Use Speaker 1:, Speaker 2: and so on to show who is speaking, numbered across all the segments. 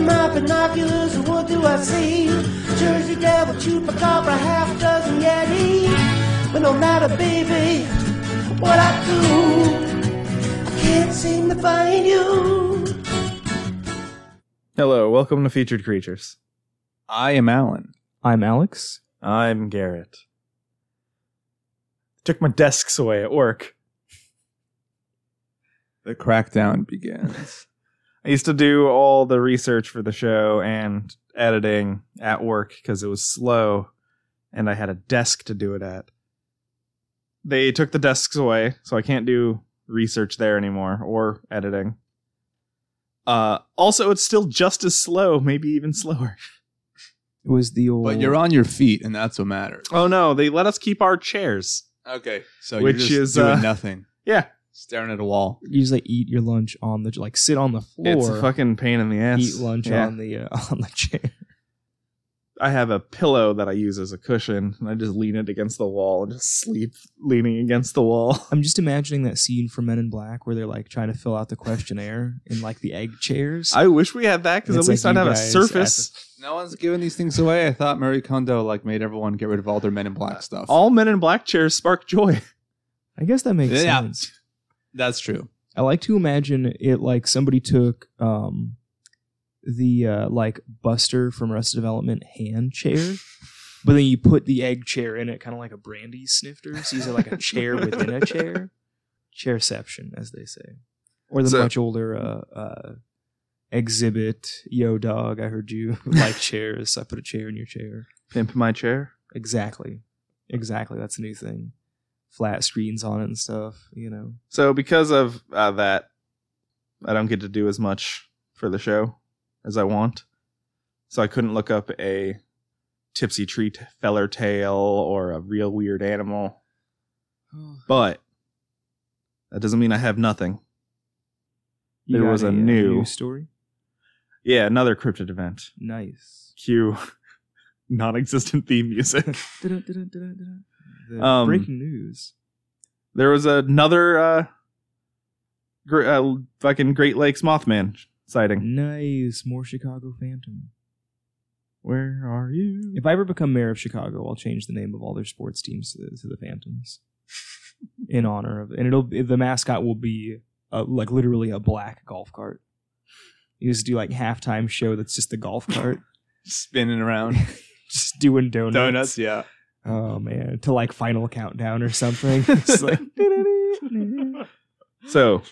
Speaker 1: got binoculars, and what do I see? Jersey Devil, Chupacabra, half dozen Yeti. But no matter, baby, what I do, I can't seem to find you.
Speaker 2: Hello, welcome to Featured Creatures. I am Alan.
Speaker 3: I'm Alex.
Speaker 2: I'm Garrett. Took my desks away at work.
Speaker 4: The crackdown begins.
Speaker 2: I used to do all the research for the show and editing at work because it was slow and I had a desk to do it at. They took the desks away, so I can't do research there anymore or editing. Uh, also, it's still just as slow, maybe even slower.
Speaker 3: It was the old.
Speaker 4: but you're on your feet, and that's what matters.
Speaker 2: Oh no, they let us keep our chairs.
Speaker 4: Okay. So
Speaker 2: Which
Speaker 4: you're just
Speaker 2: is,
Speaker 4: doing
Speaker 2: uh,
Speaker 4: nothing.
Speaker 2: yeah.
Speaker 4: Staring at a wall.
Speaker 3: You usually eat your lunch on the like sit on the floor.
Speaker 2: It's a fucking pain in the ass.
Speaker 3: eat lunch
Speaker 2: Yeah.
Speaker 3: on the uh, on the chair.
Speaker 2: I have a pillow that I use as a cushion, and I just lean it against the wall and just sleep leaning against the wall.
Speaker 3: I'm just imagining that scene from Men in Black where they're like trying to fill out the questionnaire in like the egg chairs.
Speaker 2: I wish we had that because
Speaker 3: And
Speaker 2: at
Speaker 3: it's
Speaker 2: least
Speaker 3: like
Speaker 2: I'd
Speaker 3: you
Speaker 2: have a
Speaker 3: guys
Speaker 2: surface.
Speaker 4: No one's giving these things away. I thought Murray Kondo like made everyone get rid of all their Men in Black stuff.
Speaker 2: All men in black chairs spark joy.
Speaker 3: I guess that makes
Speaker 4: Yeah.
Speaker 3: sense.
Speaker 4: That's true.
Speaker 3: I like to imagine it like somebody took um the uh, like Buster from Arrested Development hand chair, but then you put the egg chair in it, kind of like a brandy snifter. So you have like a chair within a chair, chairception, as they say, or the
Speaker 2: So-
Speaker 3: much older uh, uh, exhibit. Yo, dog, I heard you like chairs. so I put a chair in your chair.
Speaker 2: Pimp my chair.
Speaker 3: Exactly, exactly. That's the new thing. Flat screens on it and stuff. You know.
Speaker 2: So because of uh, that, I don't get to do as much for the show as I want. So I couldn't look up a tipsy tree t- feller tale or a real weird animal. But that doesn't mean I have nothing.
Speaker 3: You
Speaker 2: There
Speaker 3: got
Speaker 2: was a
Speaker 3: uh,
Speaker 2: new-
Speaker 3: new story.
Speaker 2: Yeah, another cryptid event.
Speaker 3: Nice.
Speaker 2: Cue non-existent theme music.
Speaker 3: The
Speaker 2: Um,
Speaker 3: breaking news.
Speaker 2: there was another uh, gr- uh fucking Great Lakes Mothman
Speaker 3: Mm.
Speaker 2: sighting.
Speaker 3: Nice. More Chicago Phantom.
Speaker 2: Where are you?
Speaker 3: If I ever become mayor of Chicago, I'll change the name of all their sports teams to the, to the Phantoms in honor of, and it'll the mascot will be uh like literally a black golf cart. You just do like halftime show that's just the golf cart,
Speaker 4: Spinning around.
Speaker 3: just doing donuts.
Speaker 4: Donuts, yeah.
Speaker 3: Oh man, to like final countdown or something. It's like,
Speaker 2: So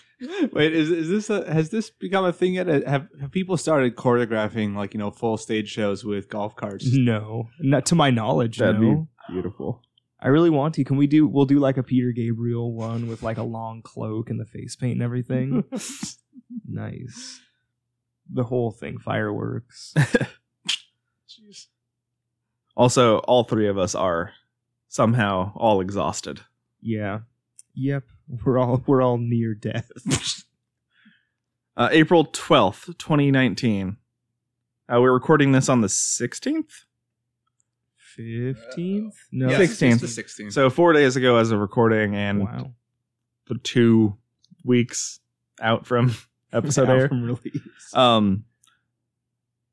Speaker 4: Wait, is is this a, has this become a thing yet? Uh, Have have people started choreographing like you know full stage shows with golf carts?
Speaker 3: no, not to my knowledge.
Speaker 2: that'd
Speaker 3: no.
Speaker 2: be beautiful.
Speaker 3: I really want to. Can we do? We'll do like a Peter Gabriel one with like a long cloak and the face paint and everything. nice. The whole thing, fireworks.
Speaker 2: Also, all three of us are somehow all exhausted.
Speaker 3: yeah. Yep. We're all we're all near death.
Speaker 2: Uh, April twelfth, twenty nineteen. Uh, we're recording this on the sixteenth,
Speaker 3: Fifteenth? No.
Speaker 2: Yeah.
Speaker 4: Yes, it's the
Speaker 2: 16th.
Speaker 4: 16th.
Speaker 2: so four days ago as a recording, and
Speaker 3: Wow.
Speaker 2: the two weeks out from episode
Speaker 3: Out
Speaker 2: air.
Speaker 3: from release.
Speaker 2: Um,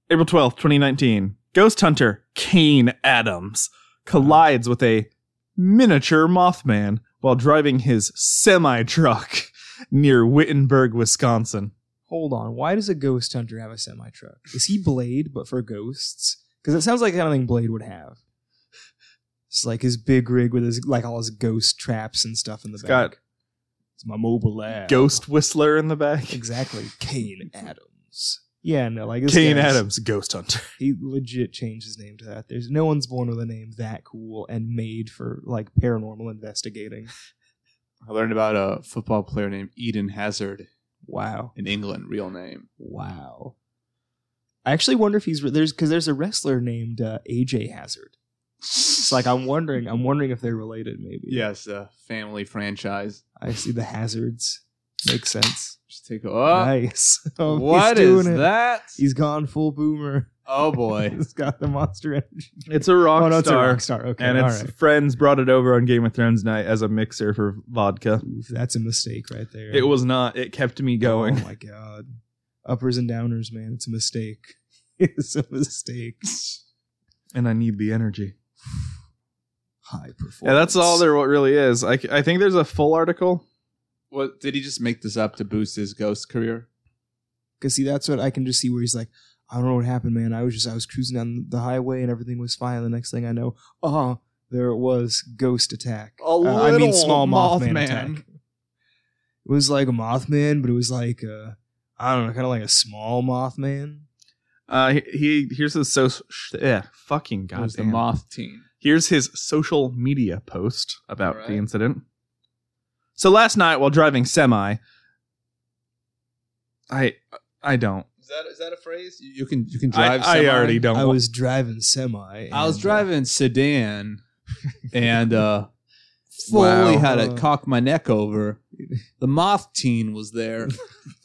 Speaker 2: April 12th, 2019. Ghost hunter Kane Adams collides with a miniature Mothman while driving his semi truck near Wittenberg, Wisconsin.
Speaker 3: Hold on. Why does a ghost hunter have a semi truck? Is he Blade but for ghosts? Because it sounds like the kind of thing Blade would have. It's like his big rig with his like all his ghost traps and stuff in the
Speaker 2: It's
Speaker 3: back.
Speaker 2: got
Speaker 3: it's my mobile lab.
Speaker 2: Ghost Whistler in the back.
Speaker 3: Exactly. Kane Adams. Yeah, no, like this
Speaker 2: Kane
Speaker 3: guy's-
Speaker 2: Adams, ghost hunter.
Speaker 3: He legit changed his name to that. There's no one's born with a name that cool and made for like paranormal investigating.
Speaker 4: I learned about a football player named Eden Hazard
Speaker 3: Wow.
Speaker 4: in England, real name.
Speaker 3: Wow. I actually wonder if he's re- there's because there's a wrestler named uh, AJ Hazard. It's like I'm wondering.
Speaker 2: Mm-hmm.
Speaker 3: I'm wondering if they're related. Maybe.
Speaker 4: Yes, a family franchise.
Speaker 3: I see the hazards. Makes sense.
Speaker 4: Just take a
Speaker 2: Uh,
Speaker 4: oh,
Speaker 3: nice. Oh, he's
Speaker 4: What is
Speaker 3: doing it.
Speaker 4: that?
Speaker 3: He's gone full boomer.
Speaker 4: oh boy.
Speaker 3: he's got the monster energy.
Speaker 2: It's a rock
Speaker 3: oh no, it's a
Speaker 2: star.
Speaker 3: rock star. Okay,
Speaker 2: And
Speaker 3: all
Speaker 2: its
Speaker 3: right.
Speaker 2: friends brought it over on Game of Thrones night as a mixer for vodka.
Speaker 3: Oof, that's a mistake right there.
Speaker 2: It was not. It kept me going.
Speaker 3: Oh my god. Uppers and downers, man. It's a mistake. some mistakes.
Speaker 2: and I need the energy.
Speaker 3: High performance.
Speaker 2: Yeah, that's all there really is. I, I think there's a full article.
Speaker 4: What did he just make this up to boost his ghost career?
Speaker 3: Because see, that's what I can just see where he's like, I don't know what happened, man. I was just I was cruising down the highway and everything was fine. The next thing I know, ah, there it was, ghost attack. Uh, I mean, small Mothman, attack. It was like a Mothman, but it was like uh, I don't know, kind of like a small Mothman.
Speaker 2: Uh, he, he here's his so yeah fucking
Speaker 4: It was the
Speaker 2: goddamn.
Speaker 4: moth team.
Speaker 2: Here's his social media post about
Speaker 4: All right.
Speaker 2: the incident. So last night while driving semi, I I don't.
Speaker 4: Is that is that a phrase? You, you can you can
Speaker 2: I,
Speaker 4: drive.
Speaker 2: I
Speaker 4: semi.
Speaker 2: already don't.
Speaker 3: I was driving semi.
Speaker 4: I was
Speaker 3: and, uh,
Speaker 4: driving sedan, and uh, fully
Speaker 2: Wow.
Speaker 4: had to cock my neck over. The moth teen was there.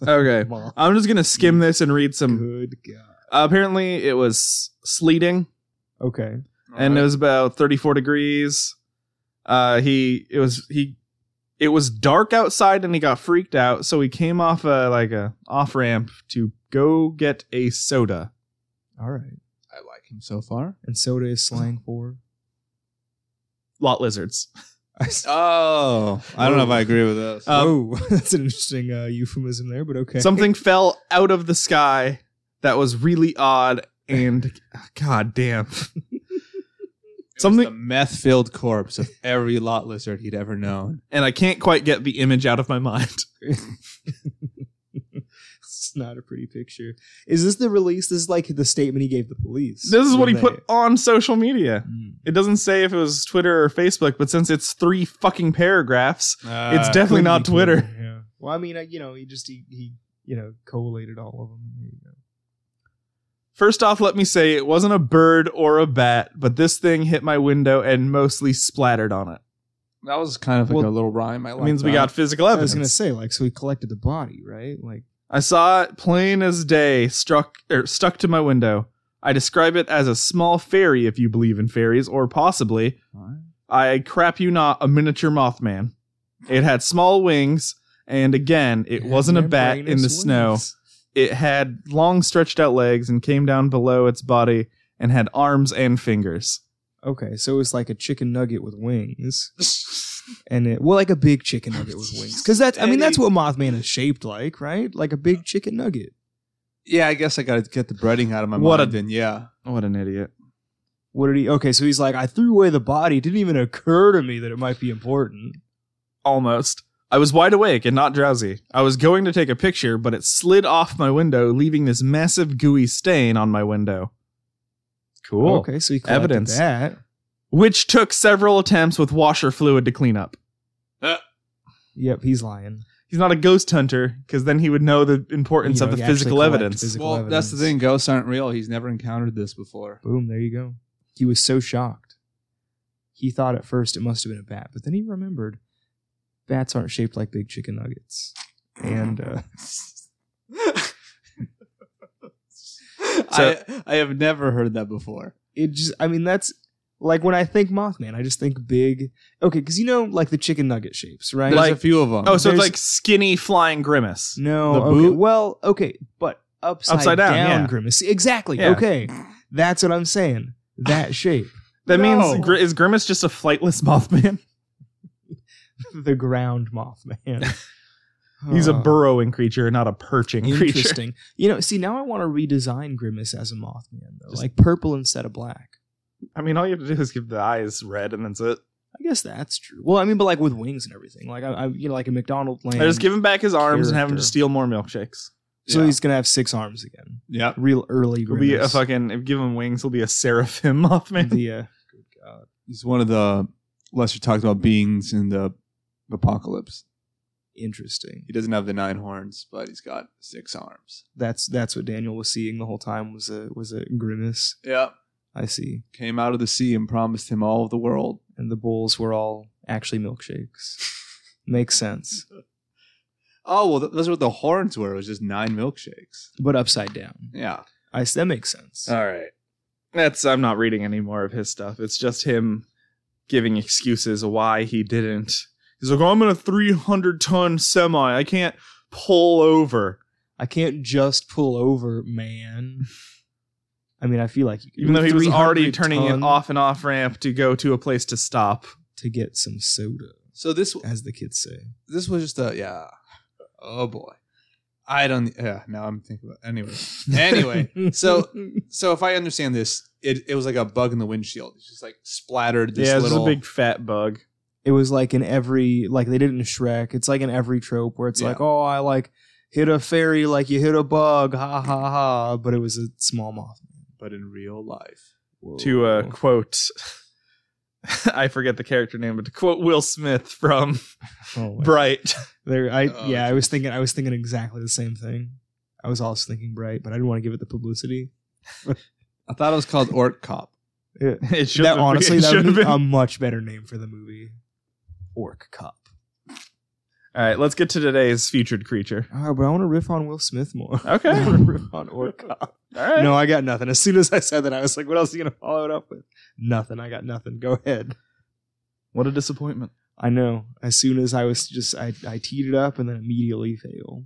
Speaker 2: okay. Um,
Speaker 3: Moth-
Speaker 2: I'm just gonna skim this and read some.
Speaker 3: oh Good God.
Speaker 2: apparently, it was sleeting.
Speaker 3: Okay.
Speaker 2: and it was about 34 degrees uh he it was he it was dark outside and he got freaked out so he came off a like a off ramp to go get a soda
Speaker 3: All right.
Speaker 4: I like him so far.
Speaker 3: And soda is slang for.
Speaker 2: lot lizards
Speaker 4: Oh, Uh, I don't know if I agree with this.
Speaker 3: oh, that's an interesting uh, euphemism there, but okay.
Speaker 2: something fell out of the sky that was really odd and god damn
Speaker 4: something
Speaker 2: something-
Speaker 4: the meth filled corpse of every lot lizard he'd ever known.
Speaker 2: and i can't quite get the image out of my mind
Speaker 3: it's not a pretty picture. Is this the release? This is like the statement he gave the police.
Speaker 2: this is what he
Speaker 3: when
Speaker 2: put on social media
Speaker 3: they- Mm.
Speaker 2: it doesn't say if it was twitter or facebook but since it's three fucking paragraphs
Speaker 4: Uh,
Speaker 2: it's definitely
Speaker 3: Couldn't
Speaker 2: not
Speaker 3: be
Speaker 2: twitter
Speaker 3: clearer, Yeah. Well, I mean, I, you know, he just he, he you know collated all of them. There you go.
Speaker 2: First off, let me say it wasn't a bird or a bat, but this thing hit my window and mostly splattered on it.
Speaker 4: That was kind of like
Speaker 3: Well,
Speaker 4: a little rhyme. I
Speaker 2: That
Speaker 4: like
Speaker 2: means we
Speaker 4: that.
Speaker 2: got physical
Speaker 3: I
Speaker 2: evidence.
Speaker 3: was
Speaker 2: I,
Speaker 3: gonna say like so he collected the body, right? Like
Speaker 2: saw it plain as day, struck er, stuck to my window. I describe it as a small fairy, if you believe in fairies, or possibly, I crap you not, a miniature Mothman. It had small wings, and again, it
Speaker 3: had
Speaker 2: wasn't a bat in the
Speaker 3: membranous
Speaker 2: snow.
Speaker 3: wings.
Speaker 2: It had long stretched out legs and came down below its body and had arms and fingers.
Speaker 3: Okay, so it's like a chicken nugget with wings, and it well, like a big chicken nugget with wings, because that's I mean that's what Mothman is shaped like, right? Like a big chicken nugget.
Speaker 4: Yeah, I guess I got to get the breading out of my
Speaker 2: What a-
Speaker 4: mind. and yeah,
Speaker 2: What an idiot.
Speaker 3: What did he? Okay, so he's like, I threw away the body. It didn't even occur to me that it might be important.
Speaker 2: almost. I was wide awake and not drowsy. I was going to take a picture, but it slid off my window, leaving this massive gooey stain on my window. Cool.
Speaker 3: Okay, so he collected
Speaker 2: Evidence.
Speaker 3: that.
Speaker 2: Which took several attempts with washer fluid to clean up.
Speaker 3: Yep, he's lying.
Speaker 2: He's not a ghost hunter, because then he would know the importance
Speaker 3: You know,
Speaker 2: of the
Speaker 3: you actually
Speaker 2: physical
Speaker 3: collect
Speaker 2: evidence.
Speaker 3: physical
Speaker 4: well, that's the
Speaker 3: evidence.
Speaker 4: thing. Ghosts aren't real. He's never encountered this before.
Speaker 3: Boom, there you go. He was so shocked. He thought at first it must have been a bat, but then he remembered bats aren't shaped like big chicken nuggets. And uh,
Speaker 4: I, I have never heard that before.
Speaker 3: it just, I mean, that's like when I think Mothman, I just think big. Okay, because you know, like the chicken nugget shapes, right?
Speaker 4: There's
Speaker 2: Like-
Speaker 4: a few of them.
Speaker 2: oh, so it's
Speaker 3: There's-
Speaker 2: like skinny flying grimace.
Speaker 3: no,
Speaker 4: the
Speaker 3: okay,
Speaker 4: boot?
Speaker 3: well, okay, but upside,
Speaker 2: Upside down,
Speaker 3: down,
Speaker 2: yeah.
Speaker 3: grimace. Exactly.
Speaker 2: Yeah.
Speaker 3: Okay, that's what I'm saying. That shape,
Speaker 2: That
Speaker 4: No.
Speaker 2: means gri- is grimace just a flightless mothman?
Speaker 3: the ground Mothman.
Speaker 2: He's a
Speaker 3: Huh.
Speaker 2: burrowing creature, not a perching creature.
Speaker 3: Interesting. You know, see now I want to redesign Grimace as a Mothman though,
Speaker 2: Just-
Speaker 3: like purple instead of black.
Speaker 2: I mean, all you have to do is give the eyes red, and that's it.
Speaker 3: I guess that's true. Well, I mean, but like with wings and everything, like I, I you know, like a McDonald land.
Speaker 2: Or just give him back his arms and have him
Speaker 3: character.
Speaker 2: just steal more milkshakes.
Speaker 3: so
Speaker 4: Yeah.
Speaker 3: he's gonna have six arms again.
Speaker 4: yeah.
Speaker 3: Real early.
Speaker 2: He'll
Speaker 3: Grimace.
Speaker 2: be a fucking. If give him wings, he'll be a seraphim Mothman.
Speaker 3: The, uh, good God.
Speaker 4: He's one of the lesser talked about beings in the apocalypse.
Speaker 3: Interesting.
Speaker 4: He doesn't have the nine horns, but he's got six arms.
Speaker 3: That's that's what Daniel was seeing the whole time was a was a grimace.
Speaker 4: Yeah.
Speaker 3: I see.
Speaker 4: Came out of the sea and promised him all of the world.
Speaker 3: And the bowls were all actually milkshakes. Makes sense,
Speaker 4: Oh, well, th- those are what the horns were. It was just nine milkshakes.
Speaker 3: but upside down.
Speaker 4: Yeah.
Speaker 3: I s- that makes sense.
Speaker 2: All right, that's. I'm not reading any more of his stuff. It's just him giving excuses why he didn't. He's like, I'm in a 300 ton semi. I can't pull over.
Speaker 3: I can't just pull over, man. I mean, I feel like
Speaker 2: Even though he was already
Speaker 3: 300
Speaker 2: turning
Speaker 3: ton
Speaker 2: an off and off ramp to go to a place to stop.
Speaker 3: to get some soda,
Speaker 4: So this
Speaker 3: as the kids say.
Speaker 4: this was just a yeah. Oh boy, I don't. Yeah, now I'm thinking about anyway. Anyway, so so if I understand this, it, it was like a bug in the windshield. It's just like splattered this
Speaker 2: yeah, this is a
Speaker 4: little
Speaker 2: big fat bug.
Speaker 3: it was like in every like they did it in Shrek. It's like in every trope where it's
Speaker 4: Yeah.
Speaker 3: like, oh, I like hit a fairy like you hit a bug, ha ha ha. But it was a small moth.
Speaker 4: but in real life.
Speaker 2: to uh, quote I forget the character name, but to quote Will Smith from
Speaker 3: oh, my-
Speaker 2: Bright.
Speaker 3: there, I
Speaker 4: Oh,
Speaker 3: yeah, I was thinking, I was thinking exactly the same thing. I was also thinking bright, but I didn't want to give it the publicity.
Speaker 4: I thought it was called Orc Cop.
Speaker 2: It should
Speaker 3: That honestly, that would
Speaker 2: have
Speaker 3: be um
Speaker 2: been.
Speaker 3: a much better name for the movie. Orc Cup.
Speaker 2: All right, let's get to today's featured creature.
Speaker 3: Oh, but I want to riff on Will Smith more.
Speaker 2: Okay.
Speaker 3: I want to riff on Orc Cup.
Speaker 2: All right.
Speaker 3: No, I got nothing. As soon as I said that, I was like, "What else are you gonna follow it up with?" Nothing. I got nothing. Go ahead.
Speaker 2: What a disappointment.
Speaker 3: I know. As soon as I was just, I, I teed it up and then immediately failed.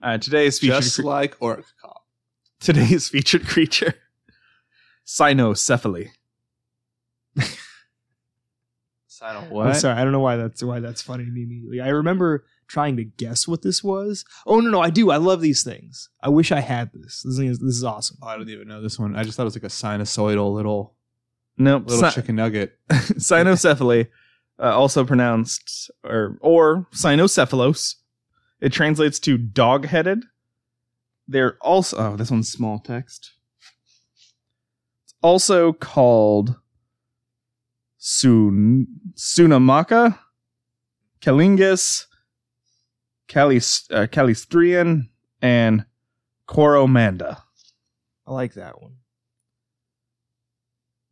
Speaker 2: All right, today's featured
Speaker 4: Just
Speaker 2: cre-
Speaker 4: like Orc Cop.
Speaker 2: today's featured creature. Cynocephaly.
Speaker 4: Sign of
Speaker 3: I'm sorry. I don't know why that's why that's funny to me immediately. I remember trying to guess what this was. Oh no, no, I do. I love these things. I wish I had this. This thing is this is awesome.
Speaker 4: Oh, I don't even know this one. I just thought it was like a sinusoidal little
Speaker 2: Nope.
Speaker 4: little
Speaker 2: Cy-
Speaker 4: chicken nugget.
Speaker 2: cynocephaly, uh, also pronounced or or cynocephalos. It translates to dog-headed. They're also oh, this one's small text. It's also called Sun Sunamaka, Kalingus, Calis, uh, Calistrian, and Coromanda.
Speaker 3: I like that one.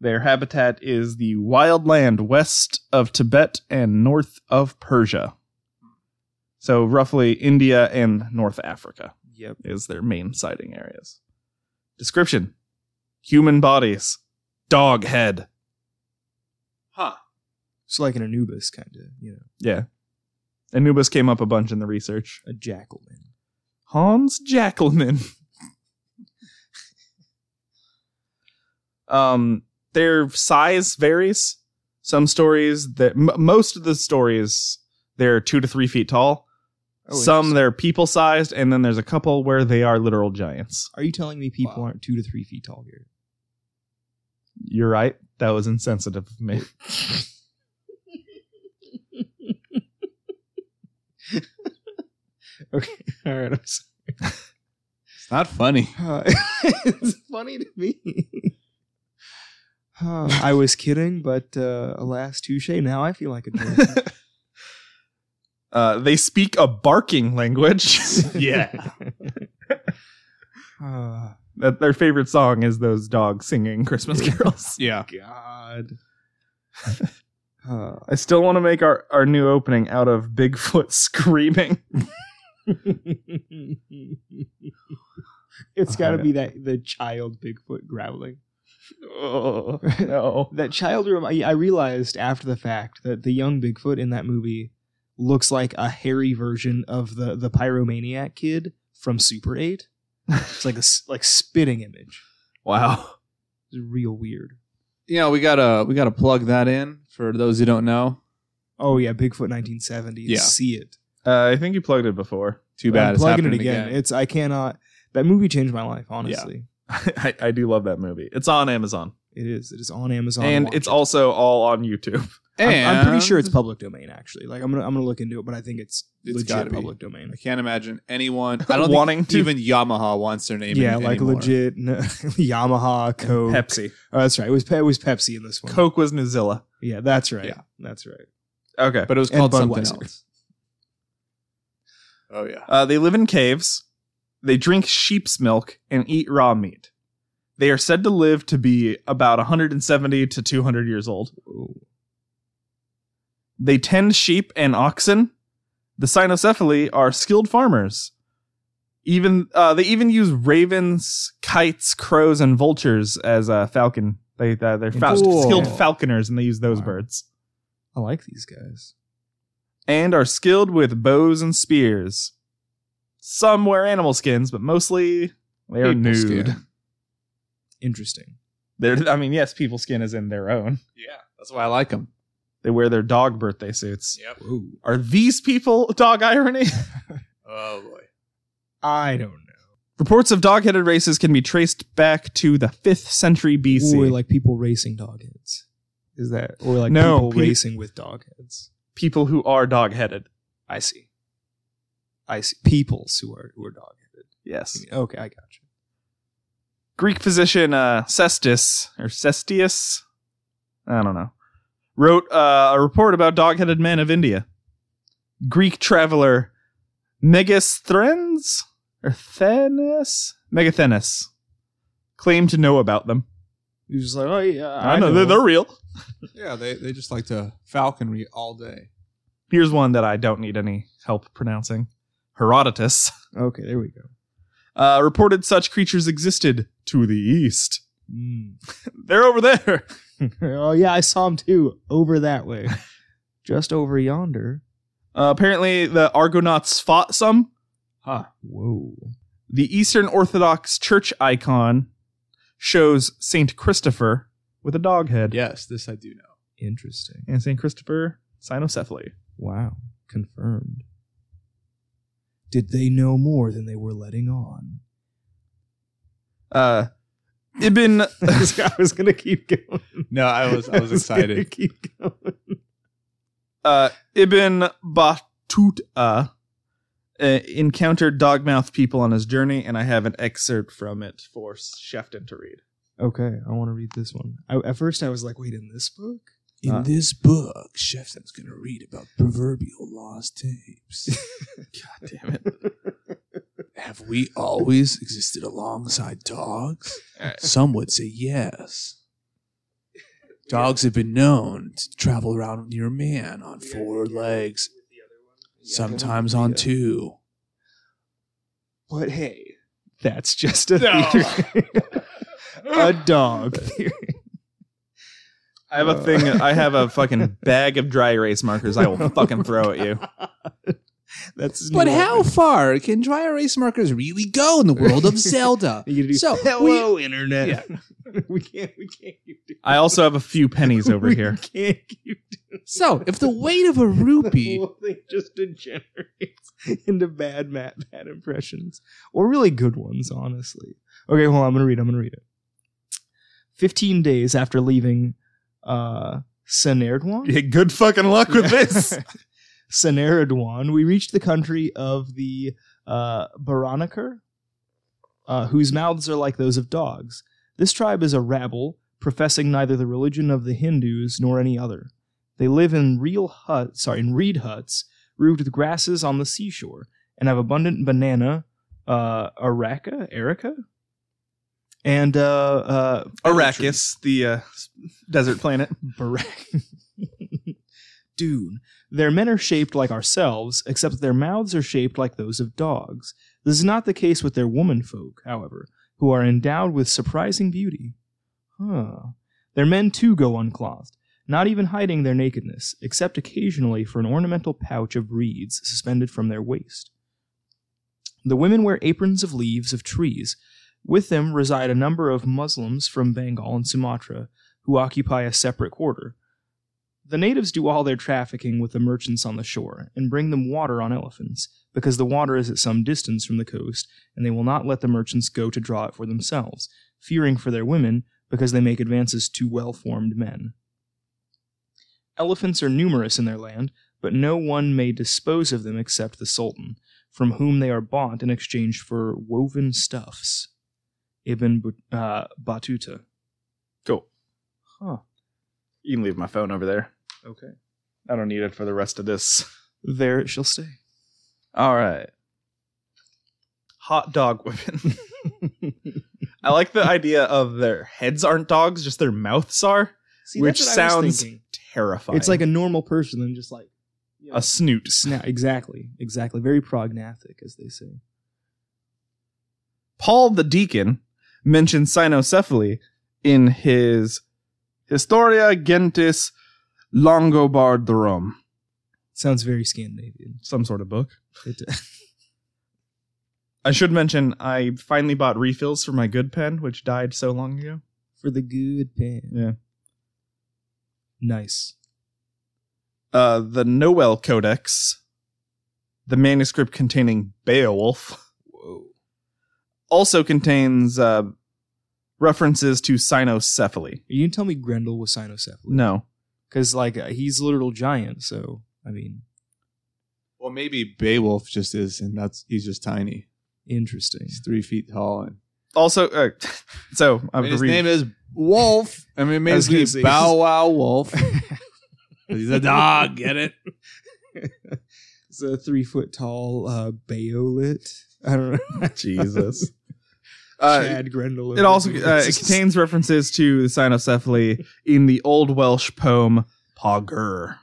Speaker 2: Their habitat is the wild land west of Tibet and north of Persia. So roughly India and North Africa
Speaker 3: Yep.
Speaker 2: is their main sighting areas. Description. Human bodies. Dog head.
Speaker 4: Huh.
Speaker 3: It's like an Anubis kind of, you know,
Speaker 2: Yeah. Anubis came up a bunch in the research.
Speaker 3: a jackalman.
Speaker 2: Hans Jackelman. um, their size varies. Some stories that m- most of the stories they're two to three feet tall.
Speaker 3: Oh,
Speaker 2: Some
Speaker 3: interesting.
Speaker 2: they're people sized, and then there's a couple where they are literal giants.
Speaker 3: Are you telling me people
Speaker 4: Wow.
Speaker 3: aren't two to three feet tall here?
Speaker 2: You're right. That was insensitive of me.
Speaker 3: Okay. All right. I'm sorry.
Speaker 4: It's not funny.
Speaker 3: Uh, it's funny to me. Uh, I was kidding, but uh, alas, touche. Now I feel like a jerk.
Speaker 2: Uh, they speak a barking language.
Speaker 3: Uh,
Speaker 2: that their favorite song is those dogs singing Christmas carols.
Speaker 4: Yeah.
Speaker 3: God. Uh,
Speaker 2: I still want to make our, our new opening out of Bigfoot screaming.
Speaker 3: it's got to be that the child Bigfoot growling.
Speaker 2: Oh, no.
Speaker 3: That child room. I, I realized after the fact that the young Bigfoot in that movie looks like a hairy version of the the pyromaniac kid from Super Eight. It's like a s- like spitting image.
Speaker 2: Wow.
Speaker 3: It's real weird.
Speaker 4: Yeah, we gotta we gotta plug that in for those who don't know.
Speaker 3: Oh yeah, Bigfoot 1970.
Speaker 4: Yeah.
Speaker 3: See it.
Speaker 2: Uh, I think you plugged it before.
Speaker 4: Too bad
Speaker 3: I'm
Speaker 4: it's
Speaker 3: plugging
Speaker 4: happening
Speaker 3: it again. It's I cannot. That movie changed my life. Honestly,
Speaker 2: I, I do love that movie. It's on Amazon.
Speaker 3: it is. It is on Amazon,
Speaker 2: and
Speaker 3: Watch
Speaker 2: it's
Speaker 3: it.
Speaker 2: also all on YouTube.
Speaker 3: I'm, I'm pretty sure it's
Speaker 4: And
Speaker 3: public domain. Actually, like I'm gonna I'm gonna look into it, but I think it's,
Speaker 4: It's gotta
Speaker 3: legit
Speaker 4: be.
Speaker 3: public domain.
Speaker 4: I can't imagine anyone. I don't
Speaker 2: Wanting
Speaker 4: wanting
Speaker 2: to-
Speaker 4: think even Yamaha wants their name.
Speaker 3: Yeah,
Speaker 4: in-
Speaker 3: like
Speaker 4: anymore.
Speaker 3: legit no, Yamaha Coke.
Speaker 2: Pepsi.
Speaker 3: oh, that's right. It was Pe- it was Pepsi in this one.
Speaker 2: Coke was Nuzilla.
Speaker 3: Yeah, that's right.
Speaker 4: Yeah.
Speaker 3: that's right.
Speaker 2: Okay.
Speaker 4: But it was
Speaker 3: And
Speaker 4: called something
Speaker 3: Budweiser.
Speaker 4: else. Oh yeah.
Speaker 2: Uh, they live in caves. They drink sheep's milk and eat raw meat. They are said to live to be about 170 to 200 years old. They tend sheep and oxen. The cynocephaly are skilled farmers. Even uh, they even use ravens, kites, crows, and vultures as uh, falcon. They uh, they're fal-
Speaker 3: Interesting.
Speaker 2: skilled
Speaker 3: Cool.
Speaker 2: falconers, and they use those
Speaker 3: Wow.
Speaker 2: birds
Speaker 3: I like these guys.
Speaker 2: and are skilled with bows and spears. Some wear animal skins, but mostly they are
Speaker 4: People
Speaker 2: nude.
Speaker 4: skin.
Speaker 3: interesting.
Speaker 2: They're, I mean, yes, people skin is in their own.
Speaker 4: Yeah, that's why I like them.
Speaker 2: They wear their dog birthday suits.
Speaker 4: Yep.
Speaker 3: Whoa.
Speaker 2: Are these people dog irony?
Speaker 4: Oh boy.
Speaker 3: I don't know.
Speaker 2: Reports of dog-headed races can be traced back to the 5th century BC.
Speaker 3: Or like people racing dog heads.
Speaker 2: is that
Speaker 3: Or like
Speaker 2: No,
Speaker 3: people
Speaker 2: pe-
Speaker 3: racing with dog heads.
Speaker 2: people who are dog-headed?
Speaker 3: I see. I see. Peoples who are who are dog
Speaker 2: Yes.
Speaker 3: headed. Okay, I got you.
Speaker 2: Greek physician uh, Cestus or Cestius, I don't know, wrote uh, a report about dog-headed men of India. Greek traveler Megasthenes or Thenes Megasthenes claimed to know about them.
Speaker 3: You're just like, oh yeah,
Speaker 2: I, know, They're, they're real.
Speaker 4: Yeah, they, they just like to falconry all day.
Speaker 2: Here's one that I don't need any help pronouncing. Herodotus
Speaker 3: Okay, there we go.
Speaker 2: uh, reported such creatures existed to the east.
Speaker 3: Mm.
Speaker 2: They're over there.
Speaker 3: oh yeah, I saw him too. Over that way, just over yonder.
Speaker 2: Uh, apparently, the Argonauts fought some
Speaker 3: Whoa.
Speaker 2: The Eastern Orthodox Church icon shows Saint Christopher with a dog head.
Speaker 4: Yes, this I do know.
Speaker 3: Interesting.
Speaker 2: And Saint Christopher cynocephaly.
Speaker 3: Wow. Confirmed. Did they know more than they were letting on?
Speaker 2: Uh Ibn
Speaker 3: I was gonna keep going.
Speaker 4: No, I was I was excited.
Speaker 3: keep going.
Speaker 2: uh Ibn Battuta uh, encountered dogmouth people on his journey, and I have an excerpt from it for Shefton to read.
Speaker 3: Okay, I want to read this one. I, at first, I was like, "Wait, in this book?"
Speaker 4: In
Speaker 2: Uh.
Speaker 4: this book, Shefton's going to read about proverbial lost tapes.
Speaker 2: God damn it.
Speaker 4: Have we always existed alongside dogs?
Speaker 2: Alright.
Speaker 4: Some would say yes. Dogs have been known to travel around near man on four legs, sometimes on two.
Speaker 3: But hey, that's just a
Speaker 4: No.
Speaker 3: theory. a dog theory.
Speaker 2: I have a thing I have a fucking bag of dry erase markers I will fucking throw at you.
Speaker 3: That's his
Speaker 4: But
Speaker 3: new
Speaker 4: how
Speaker 3: weapon.
Speaker 4: far can dry erase markers really go in the world of Zelda?
Speaker 3: You gotta do,
Speaker 4: So,
Speaker 3: hello, internet. we can't. We can't keep doing.
Speaker 2: I also have a few pennies over
Speaker 3: we
Speaker 2: here.
Speaker 3: Can't keep
Speaker 4: So, if the weight of a
Speaker 3: the
Speaker 4: rupee,
Speaker 3: whole thing just degenerates into bad, bad, bad impressions, or really good ones, honestly. Okay, hold on. I'm gonna read. I'm gonna read it. Fifteen days after leaving, uh, Senerdwan.
Speaker 2: Yeah, good fucking luck with this.
Speaker 3: Senaridwan, we reached the country of the uh, Baranaker, uh, whose mouths are like those of dogs. This tribe is a rabble, professing neither the religion of the Hindus nor any other. They live in real huts, sorry, in reed huts, roofed with grasses on the seashore, and have abundant banana, uh, araca, erica, and uh, uh,
Speaker 2: Arrakis, the uh, desert planet.
Speaker 3: Barak. Dune. Their men are shaped like ourselves, except that their mouths are shaped like those of dogs. This is not the case with their woman folk, however, who are endowed with surprising beauty. Huh. Their men too go unclothed, not even hiding their nakedness, except occasionally for an ornamental pouch of reeds suspended from their waist. The women wear aprons of leaves of trees. With them reside a number of Muslims from Bengal and Sumatra, who occupy a separate quarter. The natives do all their trafficking with the merchants on the shore and bring them water on elephants, because the water is at some distance from the coast, and they will not let the merchants go to draw it for themselves, fearing for their women, because they make advances to well formed men. Elephants are numerous in their land, but no one may dispose of them except the Sultan, from whom they are bought in exchange for woven stuffs. Ibn Bu- uh, Battuta.
Speaker 2: Cool.
Speaker 3: Huh.
Speaker 2: You can leave my phone over there.
Speaker 3: Okay.
Speaker 2: I don't need it for the rest of this.
Speaker 3: There it shall stay.
Speaker 2: All right. Hot dog women. I like the idea of their heads aren't dogs, just their mouths are.
Speaker 3: See,
Speaker 2: Which
Speaker 3: that's what I was
Speaker 2: sounds
Speaker 3: thinking.
Speaker 2: Terrifying.
Speaker 3: it's like a normal person and just like you know,
Speaker 2: a snoot.
Speaker 3: sna- Exactly, exactly. Very prognathic, as they say.
Speaker 2: Paul the deacon mentioned cynocephaly in his Historia Gentis Longobardorum,
Speaker 3: Sounds very Scandinavian.
Speaker 2: some sort of book.
Speaker 3: It,
Speaker 2: I should mention I finally bought refills for my good pen, which died so long ago.
Speaker 3: for the good pen.
Speaker 2: Yeah.
Speaker 3: Nice.
Speaker 2: Uh, the Noel Codex, the manuscript containing Beowulf,
Speaker 4: Whoa.
Speaker 2: also contains uh, references to cynocephaly.
Speaker 3: You didn't tell me Grendel was cynocephaly
Speaker 2: No,
Speaker 3: because like uh, he's a literal giant. So I mean,
Speaker 4: Well, maybe Beowulf just is, and that's he's just tiny.
Speaker 3: interesting.
Speaker 4: He's three feet tall, and
Speaker 2: also uh, so
Speaker 4: I
Speaker 2: I'm
Speaker 4: mean, his name is Wolf. I mean,
Speaker 2: I was
Speaker 4: maybe
Speaker 2: gonna say-
Speaker 4: Bow Wow Wolf. 'Cause he's a dog. Get it?
Speaker 3: It's a three foot tall uh, Baolit. I don't know.
Speaker 2: Jesus. Uh,
Speaker 3: Chad Grendel.
Speaker 2: it also uh, it contains references to the cynocephaly in the Old Welsh poem Pogger.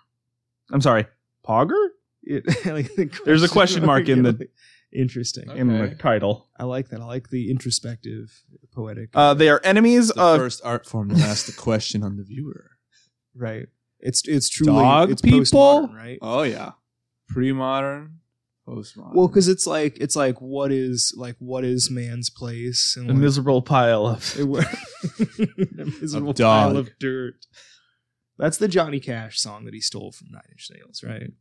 Speaker 2: I'm sorry, Pogger
Speaker 3: It- like the
Speaker 2: There's a question mark in the-
Speaker 3: Interesting.
Speaker 4: Okay.
Speaker 2: in the title.
Speaker 3: I like that. I like the introspective, poetic.
Speaker 2: Uh, they are enemies
Speaker 4: The
Speaker 2: of
Speaker 4: first art form to ask the question on the viewer.
Speaker 3: right. It's it's truly
Speaker 4: Dog
Speaker 3: it's
Speaker 4: people?
Speaker 3: postmodern, right?
Speaker 4: Oh yeah, pre-modern, post-modern.
Speaker 3: Well, because it's like it's like what is like what is man's place and
Speaker 2: a
Speaker 3: like,
Speaker 2: miserable pile of
Speaker 3: it wa- a miserable
Speaker 4: dog.
Speaker 3: pile of dirt. That's the Johnny Cash song that he stole from Nine Inch Nails, right?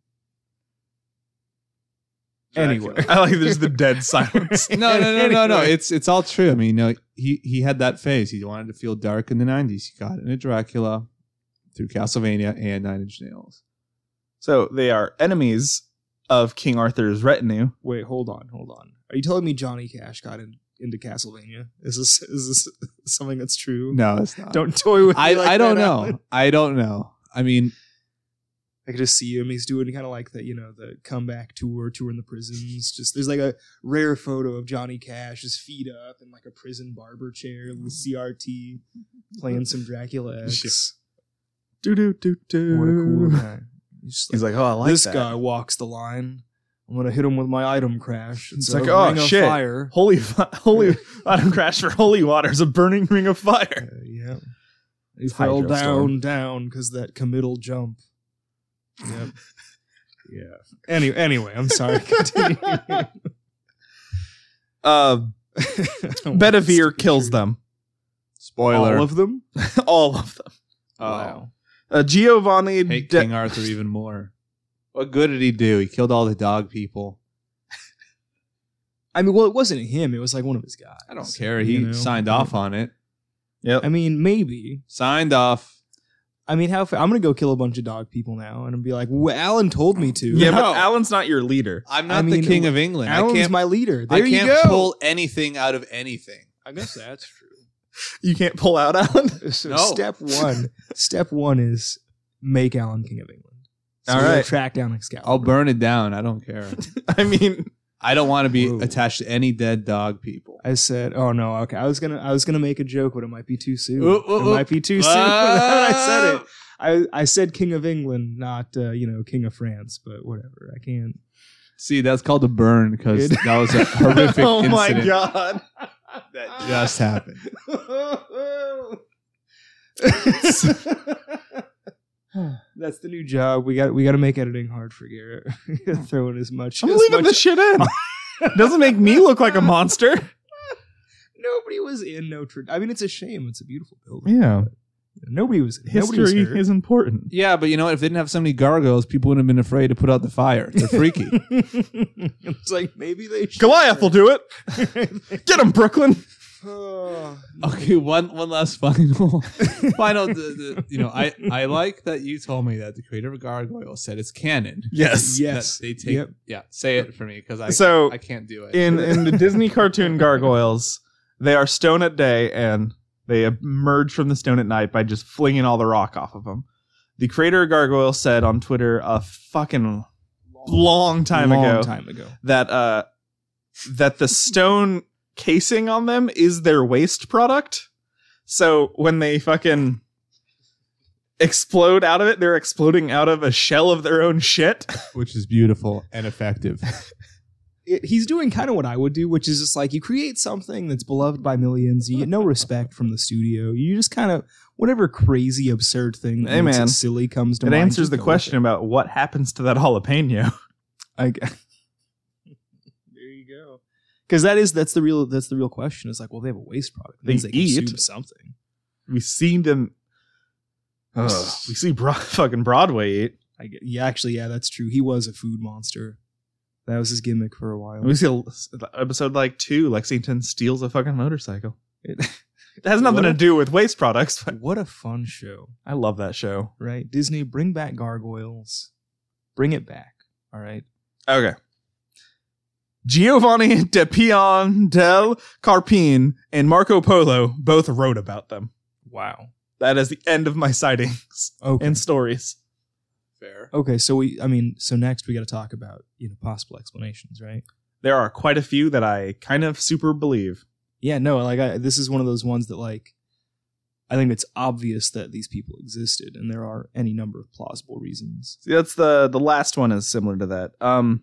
Speaker 4: Dracula.
Speaker 3: Anyway,
Speaker 2: I like there's the dead silence.
Speaker 4: no, no, no, no, no.
Speaker 3: Anyway.
Speaker 4: It's it's all true. I mean, no, he he had that phase. He wanted to feel dark in the '90s. He got into Dracula through Castlevania and Nine Inch Nails.
Speaker 2: So they are enemies of King Arthur's retinue.
Speaker 3: Wait, hold on, hold on. Are you telling me Johnny Cash got in, into Castlevania? Is this is this something that's true?
Speaker 4: No, it's not.
Speaker 3: Don't toy with me
Speaker 4: I
Speaker 3: like
Speaker 4: I
Speaker 3: that,
Speaker 4: don't know.
Speaker 3: Alan.
Speaker 4: I don't know. I mean,
Speaker 3: I could just see him. He's doing kind of like the you know the comeback tour, touring the prisons. Just there's like a rare photo of Johnny Cash, his feet up, in like a prison barber chair with CRT, playing some Dracula X.
Speaker 2: Do do do do.
Speaker 3: What a cool guy. He's just
Speaker 2: He's like, oh, I like
Speaker 3: this
Speaker 2: that.
Speaker 3: guy walks the line. I'm gonna hit him with my item crash.
Speaker 2: It's
Speaker 3: It's,
Speaker 2: like,
Speaker 3: like
Speaker 2: oh,
Speaker 3: ring of
Speaker 2: shit.
Speaker 3: fire.
Speaker 2: Holy, fi- holy, autumn crash for holy water is a burning ring of
Speaker 3: Uh,
Speaker 2: fire.
Speaker 3: yeah, he
Speaker 2: It's
Speaker 3: fell
Speaker 2: Hydro
Speaker 3: down,
Speaker 2: Storm.
Speaker 3: down because that committal jump. Yep. yeah. Anyway, anyway, I'm sorry. Continue.
Speaker 2: Uh, Bedivere kills them.
Speaker 4: spoiler.
Speaker 3: All of them?
Speaker 2: All of them.
Speaker 4: oh,
Speaker 2: Uh, Giovanni.
Speaker 4: hate
Speaker 2: De-
Speaker 4: King Arthur even more. What good did he do? He killed all the dog people.
Speaker 3: I mean, well, it wasn't him. It was like one of his guys.
Speaker 4: I don't care. He
Speaker 3: you know?
Speaker 4: signed off on it.
Speaker 2: Yep.
Speaker 3: I mean, maybe.
Speaker 4: Signed off.
Speaker 3: I mean, how? Fa- I'm gonna go kill a bunch of dog people now, and be like, "Well, Alan told me to."
Speaker 2: yeah,
Speaker 4: No.
Speaker 2: but Alan's not your leader.
Speaker 4: I'm
Speaker 3: I
Speaker 4: not
Speaker 3: mean,
Speaker 4: the king of England. I
Speaker 3: Alan's
Speaker 4: can't.
Speaker 3: my leader.
Speaker 4: I
Speaker 3: There you
Speaker 4: can't
Speaker 3: go.
Speaker 4: pull anything out of anything.
Speaker 3: I guess that's true.
Speaker 2: You can't pull out Alan.
Speaker 3: So
Speaker 4: No.
Speaker 3: step one, step one is make Alan king of England. So
Speaker 2: All
Speaker 3: we gotta
Speaker 2: right.
Speaker 3: track down Excalibur.
Speaker 4: I'll burn it down. I don't care.
Speaker 2: I mean,
Speaker 4: I don't want to be
Speaker 3: Whoa.
Speaker 4: attached to any dead dog people.
Speaker 3: I said, "Oh no, okay." I was gonna, I was gonna make a joke, but it might be too soon.
Speaker 4: Oop, oop,
Speaker 3: it might
Speaker 4: oop.
Speaker 3: be too soon. I said it. I, I said King of England, not uh, you know King of France, but whatever. I can't.
Speaker 4: See, that's called a burn because
Speaker 3: It-
Speaker 4: that was a horrific
Speaker 2: oh my
Speaker 4: incident
Speaker 2: god. Ah.
Speaker 4: that just happened.
Speaker 3: That's the new job. We got we got to make editing hard for Garrett. Throw in as much.
Speaker 2: I'm
Speaker 3: as
Speaker 2: leaving
Speaker 3: much-
Speaker 2: this shit in. Doesn't make me look like a monster.
Speaker 3: Nobody was in Notre. I mean, it's a shame. It's a beautiful building.
Speaker 2: Yeah.
Speaker 3: Nobody was. History nobody was
Speaker 2: History
Speaker 3: hurt.
Speaker 2: is important.
Speaker 4: Yeah, but you know what? If they didn't have so many gargoyles, people wouldn't have been afraid to put out the fire. They're freaky.
Speaker 3: it's like maybe they. Should
Speaker 2: Goliath will do it. Get him, Brooklyn.
Speaker 4: okay, one one last final final. The, the, you know, I I like that you told me that the creator of gargoyle said it's canon.
Speaker 2: Yes.
Speaker 3: yes.
Speaker 4: That they take.
Speaker 3: Yep.
Speaker 4: Yeah, say it for me because I
Speaker 2: so
Speaker 4: I can't do it.
Speaker 2: in in the Disney cartoon Gargoyles, they are stone at day and they emerge from the stone at night by just flinging all the rock off of them. The creator of Gargoyle said on Twitter a fucking long time
Speaker 3: Long
Speaker 2: ago
Speaker 3: time ago.
Speaker 2: that uh that the stone casing on them is their waste product. So when they fucking explode out of it, they're exploding out of a shell of their own shit.
Speaker 4: which is beautiful and effective.
Speaker 3: it, he's doing kind of what I would do, which is just like you create something that's beloved by millions, you get no respect from the studio. You just kind of whatever crazy, absurd thing that
Speaker 2: Hey,
Speaker 3: makes
Speaker 2: man.
Speaker 3: it silly comes to
Speaker 2: It
Speaker 3: mind.
Speaker 2: answers
Speaker 3: just
Speaker 2: the
Speaker 3: go with
Speaker 2: question
Speaker 3: it.
Speaker 2: about what happens to that jalapeno.
Speaker 3: I, g- there you go. Because that is that's the real that's the real question. It's like, well, they have a waste product. It means
Speaker 2: They
Speaker 3: they consume
Speaker 2: eat.
Speaker 3: something.
Speaker 2: We seen them. Ugh, we see Bro- fucking Broadway eat.
Speaker 3: I get, yeah, actually, yeah, that's true. He was a food monster. That was his gimmick for a while.
Speaker 2: We see a, episode like two. Lexington steals a fucking motorcycle. It, it has nothing
Speaker 3: What
Speaker 2: to
Speaker 3: a-
Speaker 2: do with waste products. But
Speaker 3: what a fun show,
Speaker 2: I love that show.
Speaker 3: right? Disney, bring back gargoyles. Bring it back. All right.
Speaker 2: Okay. Giovanni de Pion del Carpine and Marco Polo both wrote about them.
Speaker 3: Wow.
Speaker 2: That is the end of my sightings
Speaker 3: Okay.
Speaker 2: and stories.
Speaker 4: Fair.
Speaker 3: okay. So we, I mean, so next we got to talk about you know possible explanations, right?
Speaker 2: There are quite a few that I kind of super believe.
Speaker 3: Yeah. No. Like, I, this is one of those ones that like. I think it's obvious that these people existed, and there are any number of plausible reasons.
Speaker 2: See, that's the the last one is similar to that. Um,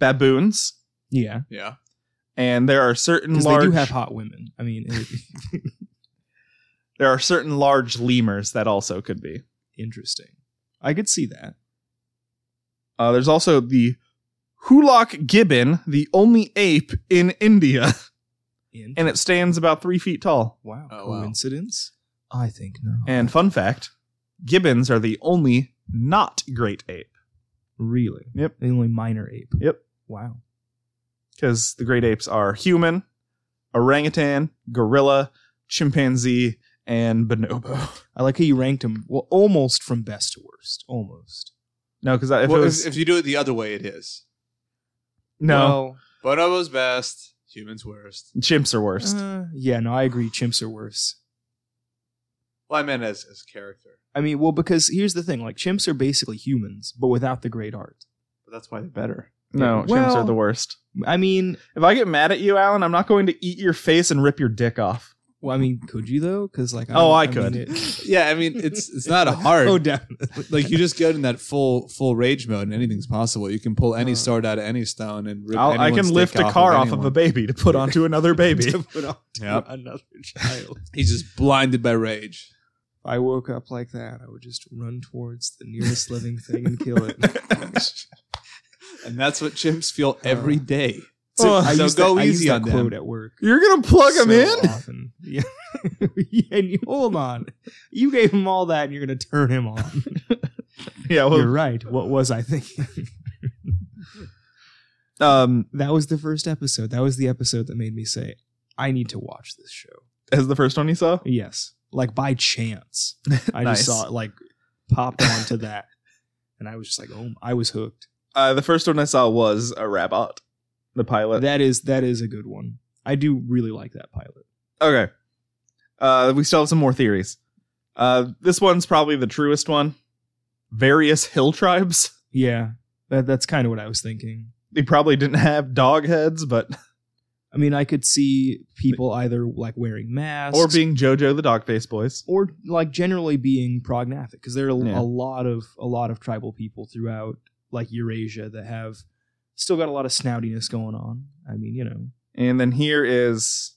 Speaker 2: baboons,
Speaker 3: Yeah,
Speaker 4: Yeah.
Speaker 2: and there are certain
Speaker 3: because
Speaker 2: large
Speaker 3: they do have hot women. I mean, it-
Speaker 2: there are certain large lemurs that also could be.
Speaker 3: interesting. I could see that.
Speaker 2: Uh, there's also the Hulak gibbon, the only ape in India,
Speaker 3: In-
Speaker 2: and it stands about three feet tall.
Speaker 3: wow,
Speaker 4: Oh, wow.
Speaker 3: coincidence? I think no.
Speaker 2: And fun fact, gibbons are the only not great ape
Speaker 3: really,
Speaker 2: Yep.
Speaker 3: The only minor ape.
Speaker 2: Yep.
Speaker 3: Wow.
Speaker 2: because the great apes are human, orangutan, gorilla, chimpanzee, and bonobo.
Speaker 3: I like how you ranked them. Well, almost from best to worst. Almost.
Speaker 2: No, because if
Speaker 4: well,
Speaker 2: it was
Speaker 4: if, if you do it the other way, it is.
Speaker 2: no
Speaker 4: Bonobo's best, humans worst.
Speaker 2: chimps are worst.
Speaker 3: Uh, yeah. No, I agree. Chimps are worse.
Speaker 4: Well, I meant as as character,
Speaker 3: I mean, well, because here's the thing: like chimps are basically humans, but without the great art.
Speaker 4: but that's why they're better.
Speaker 2: no, chimps are
Speaker 3: well-
Speaker 2: the worst.
Speaker 3: I mean,
Speaker 2: If I get mad at you, Alan, I'm not going to eat your face and rip your dick off.
Speaker 3: well, I mean, could you though? Because like,
Speaker 2: Oh, I
Speaker 3: mean,
Speaker 2: could.
Speaker 3: it-
Speaker 4: Yeah, I mean it's it's not a hard.
Speaker 3: oh, definitely.
Speaker 4: like you just get in that full full rage mode, and anything's possible. You can pull any
Speaker 3: Uh.
Speaker 4: sword out of any stone, and rip
Speaker 2: I'll, I
Speaker 4: anyone's
Speaker 2: can lift
Speaker 4: dick
Speaker 2: a car off of
Speaker 4: anyone.
Speaker 2: a baby to put onto another baby.
Speaker 3: To put on to
Speaker 4: Yep.
Speaker 3: another child.
Speaker 4: He's just blinded by rage.
Speaker 3: If I woke up like that, I would just run towards the nearest living thing and kill it.
Speaker 4: and that's what chimps feel every
Speaker 3: Uh.
Speaker 4: day.
Speaker 2: Oh,
Speaker 3: I
Speaker 4: so
Speaker 3: used
Speaker 4: go
Speaker 3: that, I used
Speaker 4: easy
Speaker 3: that
Speaker 4: on them.
Speaker 3: quote at work.
Speaker 2: You're gonna plug him
Speaker 3: so
Speaker 2: in?
Speaker 3: Often. Yeah. and you hold on. You gave him all that, and you're going to turn him on.
Speaker 2: Yeah.
Speaker 4: Oh.
Speaker 3: you're
Speaker 2: Well,
Speaker 3: right. What was I thinking?
Speaker 2: um,
Speaker 3: that was the first episode. That was the episode that made me say, "I need to watch this show."
Speaker 2: as the first one you saw.
Speaker 3: Yes, like by chance, I
Speaker 2: Nice.
Speaker 3: just saw it like popped onto that, and I was just like, "Oh!" I was hooked.
Speaker 2: Uh, the first one I saw was a rabbit, the pilot.
Speaker 3: that is that is a good one. I do really like that pilot.
Speaker 2: okay. Uh, we still have some more theories. Uh, this one's probably the truest one. Various hill tribes.
Speaker 3: Yeah, that, that's kind of what I was thinking.
Speaker 2: They probably didn't have dog heads, but
Speaker 3: I mean, I could see people either like wearing masks
Speaker 2: or being JoJo the dog face boys.
Speaker 3: or like generally being prognathic because there are
Speaker 2: Yeah.
Speaker 3: a lot of a lot of tribal people throughout like Eurasia that have still got a lot of snoutiness going on. I mean, you know,
Speaker 2: And then here is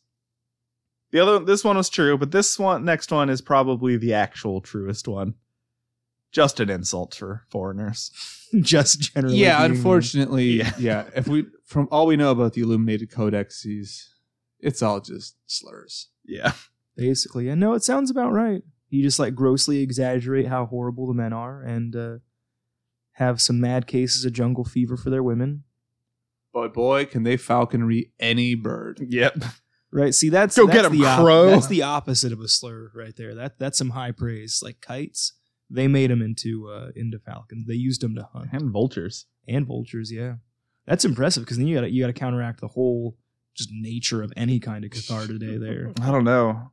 Speaker 2: the other. This one was true, but this one, next one, is probably the actual truest one. Just an insult for foreigners.
Speaker 3: just generally.
Speaker 4: Yeah,
Speaker 3: being-
Speaker 4: unfortunately,
Speaker 2: Yeah.
Speaker 4: yeah. If we from all we know about the illuminated codexes, it's all just slurs.
Speaker 2: Yeah.
Speaker 3: basically. And no, it sounds about right. You just like grossly exaggerate how horrible the men are and uh, have some mad cases of jungle fever for their women.
Speaker 4: But boy, can they falconry any bird?
Speaker 2: Yep.
Speaker 3: Right? See, that's
Speaker 2: Go
Speaker 3: that's
Speaker 2: get 'em,
Speaker 3: the op-
Speaker 2: crow.
Speaker 3: that's the opposite of a slur, right there. That that's some high praise. Like kites, they made them into uh, into falcons. They used them to hunt
Speaker 2: And vultures.
Speaker 3: and vultures. Yeah, that's impressive because then you got to you got to counteract the whole just nature of any kind of cathartidae there.
Speaker 2: I don't know.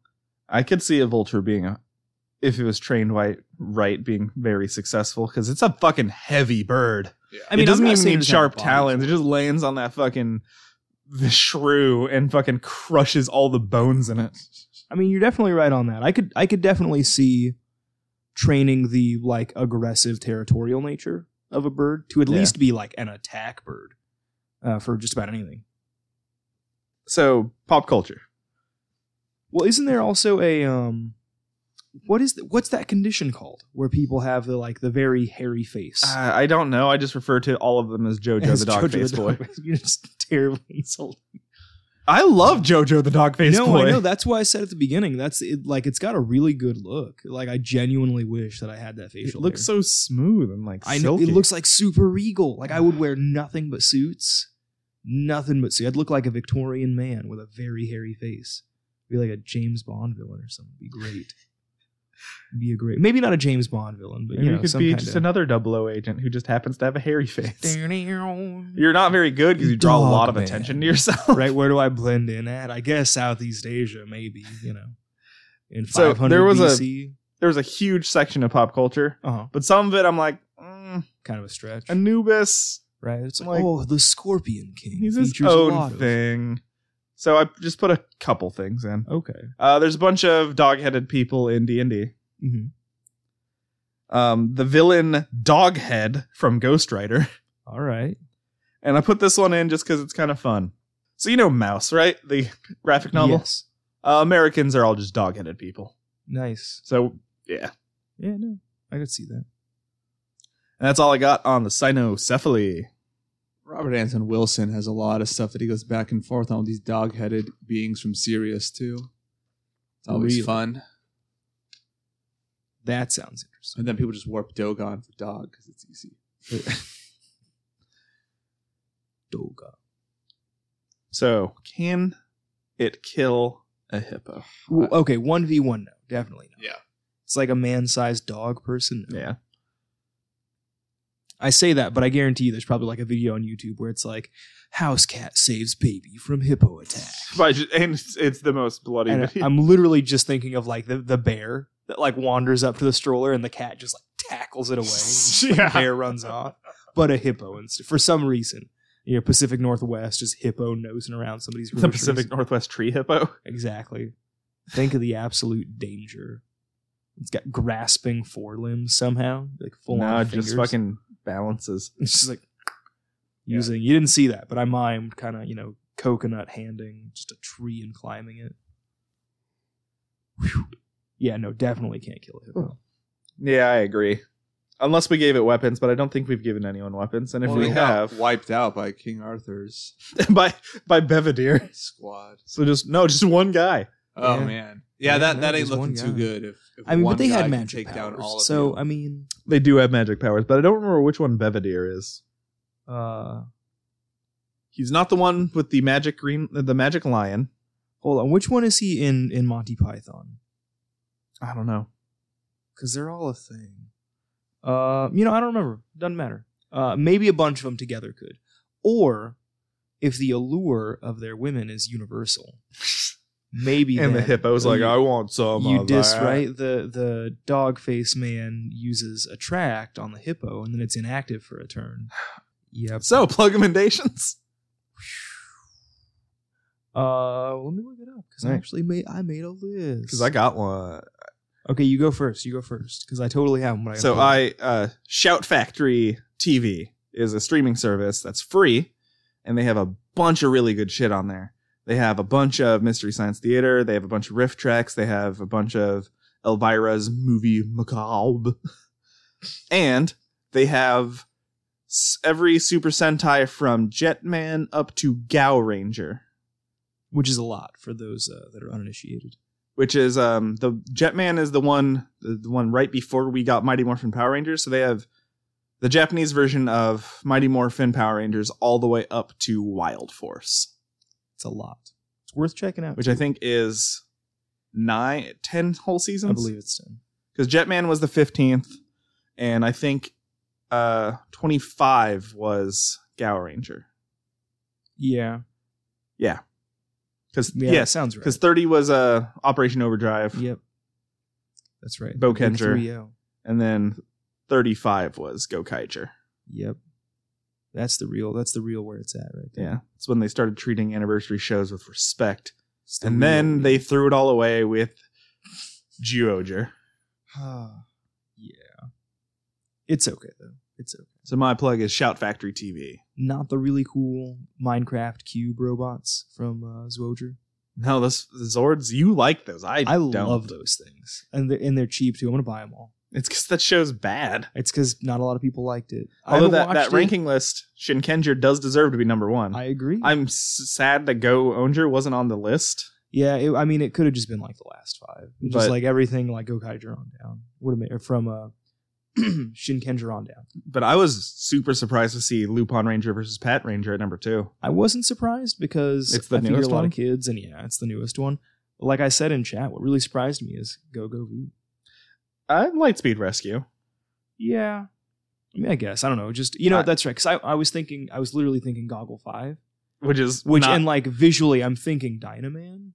Speaker 2: I could see a vulture being a, if it was trained right, right being very successful because it's a fucking heavy bird.
Speaker 3: I mean,
Speaker 2: it
Speaker 3: I'm
Speaker 2: doesn't
Speaker 3: not
Speaker 2: even
Speaker 3: saying it
Speaker 2: need
Speaker 3: doesn't have
Speaker 2: sharp
Speaker 3: bodies.
Speaker 2: talons. It just lands on that fucking the shrew and fucking crushes all the bones in it.
Speaker 3: I mean, you're definitely right on that. I could I could definitely see training the like aggressive territorial nature of a bird to at
Speaker 2: Yeah.
Speaker 3: least be like an attack bird uh, for just about anything.
Speaker 2: So pop culture.
Speaker 3: Well, isn't there also a um what is the, what's that condition called where people have the like the very hairy face?
Speaker 2: Uh, I don't know. I just refer to all of them as JoJo
Speaker 3: As
Speaker 2: Ah, the dog
Speaker 3: Jojo
Speaker 2: face boy.
Speaker 3: Dog- You're just terribly insulting.
Speaker 2: I love JoJo the dog faced
Speaker 3: no,
Speaker 2: boy.
Speaker 3: I know. That's why I said at the beginning. That's it, like it's got a really good look. Like I genuinely wish that I had that
Speaker 2: It
Speaker 3: facial.
Speaker 2: looks
Speaker 3: hair.
Speaker 2: so smooth and like
Speaker 3: I know
Speaker 2: silky.
Speaker 3: it looks like super regal. Like I would wear nothing but suits, nothing but suits. I'd look like a Victorian man with a very hairy face. Be like a James Bond villain or something. Be great. Be a great, maybe not a James Bond villain, but
Speaker 2: And
Speaker 3: you know,
Speaker 2: you could
Speaker 3: some
Speaker 2: be
Speaker 3: kind
Speaker 2: just
Speaker 3: of,
Speaker 2: another double O agent who just happens to have a hairy face. You're not very good because you draw a
Speaker 3: Dog
Speaker 2: lot of
Speaker 3: man.
Speaker 2: attention to yourself.
Speaker 3: right? Where do I blend in at? I guess Southeast Asia, maybe. You know, in
Speaker 2: So,
Speaker 3: 500
Speaker 2: there was a-
Speaker 3: BC.
Speaker 2: There was a huge section of pop culture,
Speaker 3: uh-huh,
Speaker 2: but some of it I'm like, mm,
Speaker 3: kind of a stretch,
Speaker 2: Anubis,
Speaker 3: right? It's like,
Speaker 2: like-
Speaker 3: oh, the Scorpion King.
Speaker 2: he's his
Speaker 3: features a lot
Speaker 2: own
Speaker 3: of-
Speaker 2: thing. So I just put a couple things in.
Speaker 3: Okay.
Speaker 2: Uh, there's a bunch of dog-headed people in D and D.
Speaker 3: hmm
Speaker 2: um, the villain Doghead from Ghost Rider.
Speaker 3: All right.
Speaker 2: And I put this one in just because it's kind of fun. So you know Mouse, right? The graphic novel.
Speaker 3: Yes.
Speaker 2: Uh, Americans are all just dog-headed people.
Speaker 3: Nice.
Speaker 2: So yeah,
Speaker 3: Yeah, no, I could see that.
Speaker 2: and that's all I got on the cynocephaly.
Speaker 4: Robert Anton Wilson has a lot of stuff that he goes back and forth on with these dog headed beings from Sirius, too. It's always
Speaker 3: Really?
Speaker 4: fun.
Speaker 3: That sounds interesting.
Speaker 4: And then people just warp Dogon for dog because it's easy.
Speaker 3: Doga.
Speaker 2: So can it kill a hippo?
Speaker 3: Well, okay, one v one. No, definitely not.
Speaker 4: Yeah.
Speaker 3: it's like a man-sized dog person. No.
Speaker 2: Yeah.
Speaker 3: I say that, but I guarantee you, there's probably like a video on YouTube where it's like, "House cat saves baby from hippo attack."
Speaker 2: But I ju- and it's, it's the most bloody.
Speaker 3: And uh,
Speaker 2: video.
Speaker 3: I'm literally just thinking of like the the bear that like wanders up to the stroller and the cat just like tackles it away.
Speaker 2: yeah.
Speaker 3: bear runs off, but a hippo instead. For some reason, you know, Pacific Northwest is hippo nosing around somebody's
Speaker 2: The
Speaker 3: groceries.
Speaker 2: Pacific Northwest tree hippo.
Speaker 3: Exactly. Think of the absolute danger. It's got grasping forelimbs somehow, like full
Speaker 2: no,
Speaker 3: on
Speaker 2: it just
Speaker 3: fingers.
Speaker 2: fucking balances.
Speaker 3: It's just like using. You didn't see that, but I mimed kind of you know coconut handing just a tree and climbing it. Whew. Yeah, no, definitely can't kill a hippo.
Speaker 2: Yeah, I agree. Unless we gave it weapons, but I don't think we've given anyone weapons. And if
Speaker 4: Well,
Speaker 2: we
Speaker 4: they got
Speaker 2: have,
Speaker 4: Wiped out by King Arthur's
Speaker 2: by by Bevadir.
Speaker 4: squad.
Speaker 2: So just no, just one guy.
Speaker 4: Oh,
Speaker 3: Yeah.
Speaker 4: man. Yeah,
Speaker 3: Yeah,
Speaker 4: that,
Speaker 3: no,
Speaker 4: that ain't
Speaker 3: just one
Speaker 4: looking too
Speaker 3: guy.
Speaker 4: good. If, if
Speaker 3: I mean,
Speaker 4: one
Speaker 3: but they
Speaker 4: guy
Speaker 3: had
Speaker 4: can
Speaker 3: magic
Speaker 4: take
Speaker 3: powers,
Speaker 4: down all of
Speaker 3: so
Speaker 4: you.
Speaker 3: I mean,
Speaker 2: They do have magic powers, but I don't remember which one Bevadir is.
Speaker 3: uh,
Speaker 2: He's not the one with the magic green, the magic lion.
Speaker 3: hold on. Which one is he in in Monty Python?
Speaker 2: I don't know.
Speaker 3: because they're all a thing. Uh, you know, I don't remember. Doesn't matter. Uh, maybe a bunch of them together could, or if the allure of their women is universal, maybe.
Speaker 2: and the
Speaker 3: then
Speaker 2: hippo's like,
Speaker 3: you,
Speaker 2: I want some.
Speaker 3: you
Speaker 2: of
Speaker 3: dis
Speaker 2: that."
Speaker 3: right the the dog face man uses attract on the hippo, and then it's inactive for a turn. Yep.
Speaker 2: So plug emendations.
Speaker 3: Uh, let me look it up because I
Speaker 2: Alright.
Speaker 3: actually made I made a list.
Speaker 2: Because I got one.
Speaker 3: okay, you go first. You go first because I totally have one. but
Speaker 2: So I uh, Shout Factory TV is a streaming service that's free, and they have a bunch of really good shit on there. They have a bunch of Mystery Science Theater. They have a bunch of riff tracks. They have a bunch of Elvira's movie macabre, and they have s- every Super Sentai from Jetman up to Gao Ranger,
Speaker 3: which is a lot for those uh, that are uninitiated.
Speaker 2: which is um the Jetman is the one the the one right before we got Mighty Morphin Power Rangers. So they have the Japanese version of Mighty Morphin Power Rangers all the way up to Wild Force,
Speaker 3: It's a lot. It's worth checking out.
Speaker 2: which I think is nine, ten whole seasons.
Speaker 3: I believe it's ten.
Speaker 2: because Jetman was the fifteenth, and I think uh twenty five was Gow Ranger.
Speaker 3: Yeah.
Speaker 2: Because
Speaker 3: Yeah.
Speaker 2: yes,
Speaker 3: sounds right.
Speaker 2: because thirty was uh Operation Overdrive,
Speaker 3: Yep. That's right.
Speaker 2: Bo
Speaker 3: The big
Speaker 2: Kencher.
Speaker 3: 3-0.
Speaker 2: and then thirty five was Gokaiger.
Speaker 3: Yep. That's the real. That's the real where it's at right there.
Speaker 2: Yeah, it's when they started treating anniversary shows with respect,
Speaker 3: It's the
Speaker 2: and
Speaker 3: real-
Speaker 2: then they threw it all away with Geoger.
Speaker 3: yeah. It's okay though. It's okay.
Speaker 2: So my plug is Shout Factory TV.
Speaker 3: Not the really cool Minecraft cube robots from uh, Zwoger.
Speaker 2: No, those the Zords. You like those? I
Speaker 3: I
Speaker 2: don't.
Speaker 3: love those things, and they're and they're cheap too. I'm gonna buy them all.
Speaker 2: It's because that show's bad.
Speaker 3: It's because not a lot of people liked it. I
Speaker 2: Although
Speaker 3: haven't
Speaker 2: that, that
Speaker 3: watched it.
Speaker 2: ranking list, Shinkenger does deserve to be number one.
Speaker 3: I
Speaker 2: I,
Speaker 3: agree.
Speaker 2: am s- sad that Go Onger wasn't on the list.
Speaker 3: yeah, it, I mean, it could have just been like the last five, just
Speaker 2: But-
Speaker 3: like everything like Gokaiger on down would have been from uh, Shinkenger on down.
Speaker 2: But I was super surprised to see Lupin Ranger versus Pat Ranger at number two.
Speaker 3: I wasn't surprised because
Speaker 2: It's the
Speaker 3: I figure
Speaker 2: newest
Speaker 3: a lot
Speaker 2: one?
Speaker 3: of kids, and yeah, it's the newest one. Like I said in chat, what really surprised me is Go Go V.
Speaker 2: Uh, Lightspeed Rescue.
Speaker 3: Yeah, I mean, I guess I don't know. Just you know,
Speaker 2: I-
Speaker 3: that's right. Because I, I was thinking, I was literally thinking Goggle Five,
Speaker 2: Which is
Speaker 3: which
Speaker 2: which not,
Speaker 3: and like visually, I'm thinking Dynaman,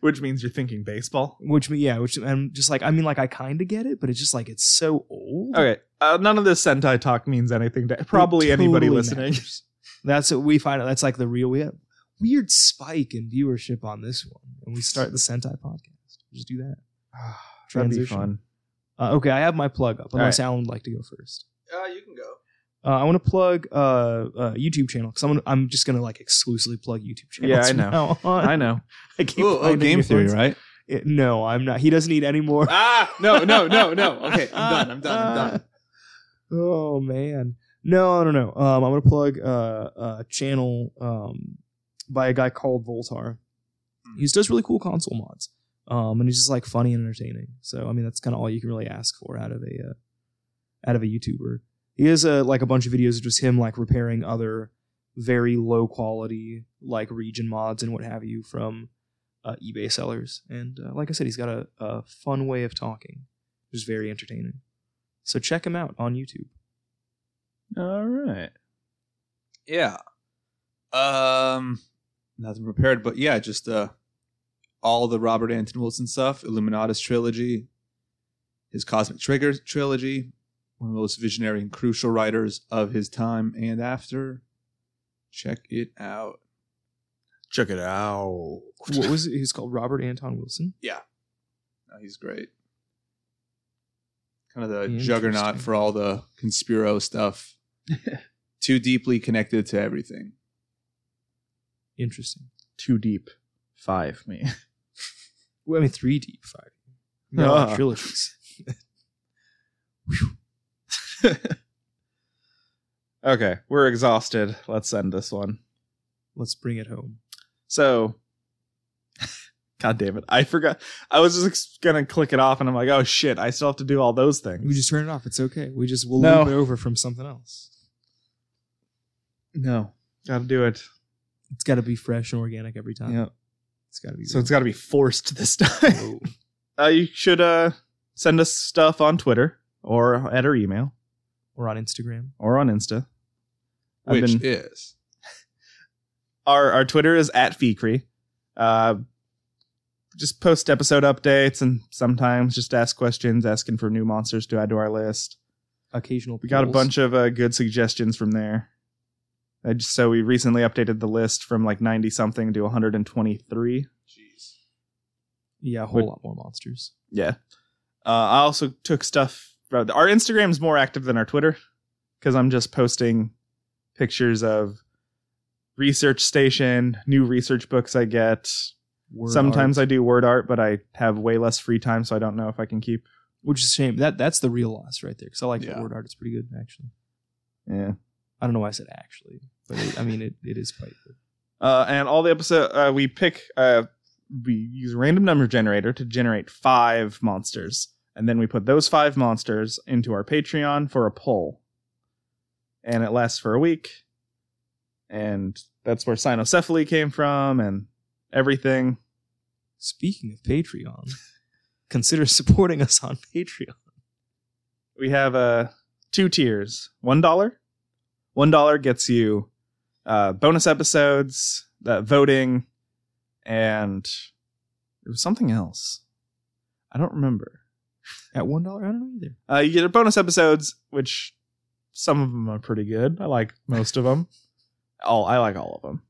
Speaker 2: which means you're thinking baseball.
Speaker 3: which me yeah, which I'm just like, I mean, like I kind of get it, but it's just like it's so old.
Speaker 2: Okay, uh, none of this Sentai talk means anything to probably
Speaker 3: It
Speaker 2: anybody
Speaker 3: totally
Speaker 2: listening.
Speaker 3: matters. That's what we find out. That's like the real we have weird spike in viewership on this one, and we start the Sentai podcast. Just do that.
Speaker 2: That'd be
Speaker 3: Transition.
Speaker 2: fun.
Speaker 3: Uh, okay, I have my plug up. Unless
Speaker 2: right.
Speaker 3: Alan would like to go first.
Speaker 4: Uh, you can go.
Speaker 3: Uh, I want to plug uh, uh, YouTube channel because I'm, I'm just gonna like exclusively plug YouTube channels.
Speaker 2: Yeah, I
Speaker 3: from
Speaker 2: know.
Speaker 3: now on.
Speaker 2: I know.
Speaker 3: I keep
Speaker 4: Oh, oh,
Speaker 3: finding
Speaker 4: game
Speaker 3: new
Speaker 4: theory,
Speaker 3: ones.
Speaker 4: right?
Speaker 3: It- no, I'm not. He doesn't need any more.
Speaker 4: ah, no, no, no, no. Okay, I'm done. I'm done. I'm done.
Speaker 3: Oh man, no, no, no. Um, I'm gonna plug uh, a channel um, by a guy called Voltar. He just does really cool console mods, um, and he's just like funny and entertaining. So I mean, that's kind of all you can really ask for out of a uh, out of a YouTuber. He has uh, like a bunch of videos of just him like repairing other very low quality like region mods and what have you from uh, eBay sellers. And uh, like I said, he's got a, a fun way of talking, which is very entertaining. So check him out on YouTube.
Speaker 2: All right.
Speaker 4: Yeah. Um, nothing prepared, but yeah, just uh, all the Robert Anton Wilson stuff, Illuminatus trilogy, his Cosmic Trigger trilogy, one of the most visionary and crucial writers of his time and after. Check it out. Check it out.
Speaker 3: What was it? He's called Robert Anton Wilson.
Speaker 4: No, Oh, he's great. Kind of the
Speaker 3: Interesting.
Speaker 4: juggernaut for all the conspiro stuff. Too deeply connected to everything.
Speaker 3: Interesting.
Speaker 2: Too deep. Five me.
Speaker 3: Well, I mean, three deep five. No,
Speaker 2: Ah.
Speaker 3: trilogies.
Speaker 2: okay, we're exhausted. Let's end this one.
Speaker 3: Let's bring it home.
Speaker 2: So, God damn it. I forgot. I was just ex- gonna click it off and I'm like, oh shit, I still have to do all those
Speaker 3: We
Speaker 2: things.
Speaker 3: just turn it off. It's okay. We just we'll
Speaker 2: No.
Speaker 3: loop it over from something else.
Speaker 2: No. Gotta do it.
Speaker 3: It's got to be fresh and organic every time.
Speaker 2: Yeah.
Speaker 3: It's got to be.
Speaker 2: So it's gotta be forced this time. uh, you should uh, send us stuff on Twitter or at our email
Speaker 3: We're on Instagram.
Speaker 2: or on Insta. I've
Speaker 4: Which
Speaker 2: been-
Speaker 4: is
Speaker 2: our our Twitter is at Fikri. Uh, just post episode updates and sometimes just ask questions, asking for new monsters to add to our list.
Speaker 3: Occasional.
Speaker 2: We got a
Speaker 3: polls.
Speaker 2: bunch of uh, good suggestions from there. I just, so we recently updated the list from like ninety something to one hundred and twenty three.
Speaker 4: Jeez.
Speaker 3: Yeah, a whole
Speaker 2: But-
Speaker 3: lot more monsters.
Speaker 2: Yeah. Uh, I also took stuff. Our Instagram's more active than our Twitter because I'm just posting pictures of research station, new research books I get,
Speaker 3: Word
Speaker 2: Sometimes
Speaker 3: art,
Speaker 2: I do word art, but I have way less free time, so I don't know if I can keep.
Speaker 3: which is a shame. That that's the real loss right there. Because I like
Speaker 4: Yeah.
Speaker 3: the word art. It's pretty good actually.
Speaker 2: Yeah.
Speaker 3: I don't know why I said actually, but it, I mean it, it is quite good.
Speaker 2: Uh, and all the episode uh, we pick, uh, we use a random number generator to generate five monsters, and then we put those five monsters into our Patreon for a poll, and it lasts for a week, and that's where cynocephaly came from, and everything.
Speaker 3: Speaking of Patreon, consider supporting us on Patreon.
Speaker 2: we have uh two tiers one dollar one dollar gets you uh bonus episodes that voting and it was something else i don't remember
Speaker 3: At one dollar, I don't know either.
Speaker 2: uh you get bonus episodes which some of them are pretty good i like most of them all i like all of them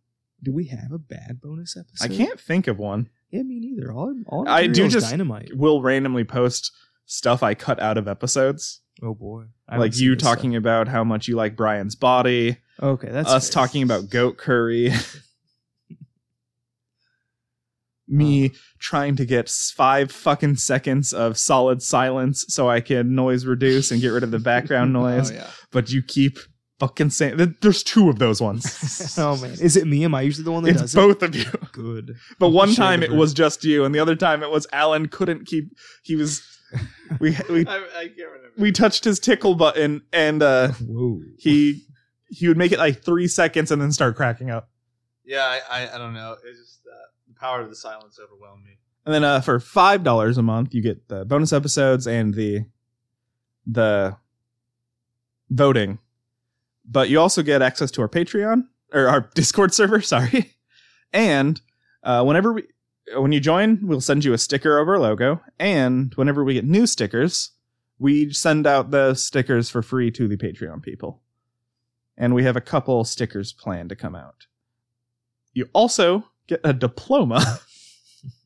Speaker 3: Do we have a bad bonus episode?
Speaker 2: i can't think of one
Speaker 3: Yeah, me neither. All, all
Speaker 2: I
Speaker 3: I
Speaker 2: do
Speaker 3: do is
Speaker 2: just-
Speaker 3: dynamite.
Speaker 2: we'll randomly post stuff i cut out of episodes
Speaker 3: Oh boy, I
Speaker 2: like
Speaker 3: listen
Speaker 2: you
Speaker 3: to this stuff.
Speaker 2: talking about how much you like brian's body
Speaker 3: Okay, that's
Speaker 2: us
Speaker 3: fair.
Speaker 2: talking about goat curry
Speaker 4: Uh.
Speaker 2: me trying to get s- five fucking seconds of solid silence so I can noise reduce and get rid of the background noise.
Speaker 4: Oh, yeah.
Speaker 2: But you keep fucking saying th- there's two of those ones.
Speaker 3: Oh man, is it me? Am I usually the one that
Speaker 2: it's
Speaker 3: does it?
Speaker 2: both of you.
Speaker 3: Good.
Speaker 2: But one
Speaker 3: Share the
Speaker 2: time it
Speaker 3: burden.
Speaker 2: was just you, and the other time it was Alan couldn't keep. He was we we
Speaker 4: I, I can't remember.
Speaker 2: we touched his tickle button, and uh
Speaker 3: Whoa.
Speaker 2: he he would make it like three seconds and then start cracking up.
Speaker 4: Yeah, I, I, I don't know. It's just uh, the power of the silence overwhelmed me.
Speaker 2: And then uh, for five dollars a month, you get the bonus episodes and the the voting. But you also get access to our Patreon or our Discord server. Sorry, and uh, whenever we when you join, we'll send you a sticker of our logo. And whenever we get new stickers, we send out those stickers for free to the Patreon people. And we have a couple stickers planned to come out. You also get a diploma.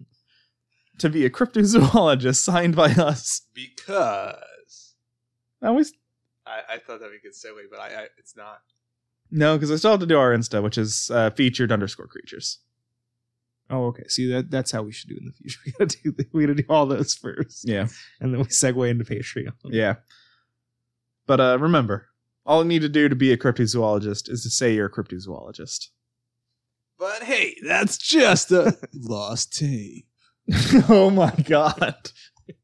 Speaker 2: to be a cryptozoologist signed by us.
Speaker 4: Because
Speaker 2: I always
Speaker 4: I, I thought that'd be a good segue, but I, I it's not.
Speaker 2: no, because I still have to do our Insta, which is uh, featured underscore creatures.
Speaker 3: Oh, okay. See that that's how we should do it in the future. We gotta do the- we gotta do all those first,
Speaker 2: Yeah,
Speaker 3: and then we segue into Patreon.
Speaker 2: yeah. But uh, remember, all you need to do to be a cryptozoologist is to say you're a cryptozoologist.
Speaker 4: But hey, that's just a lost tape.
Speaker 2: oh my god!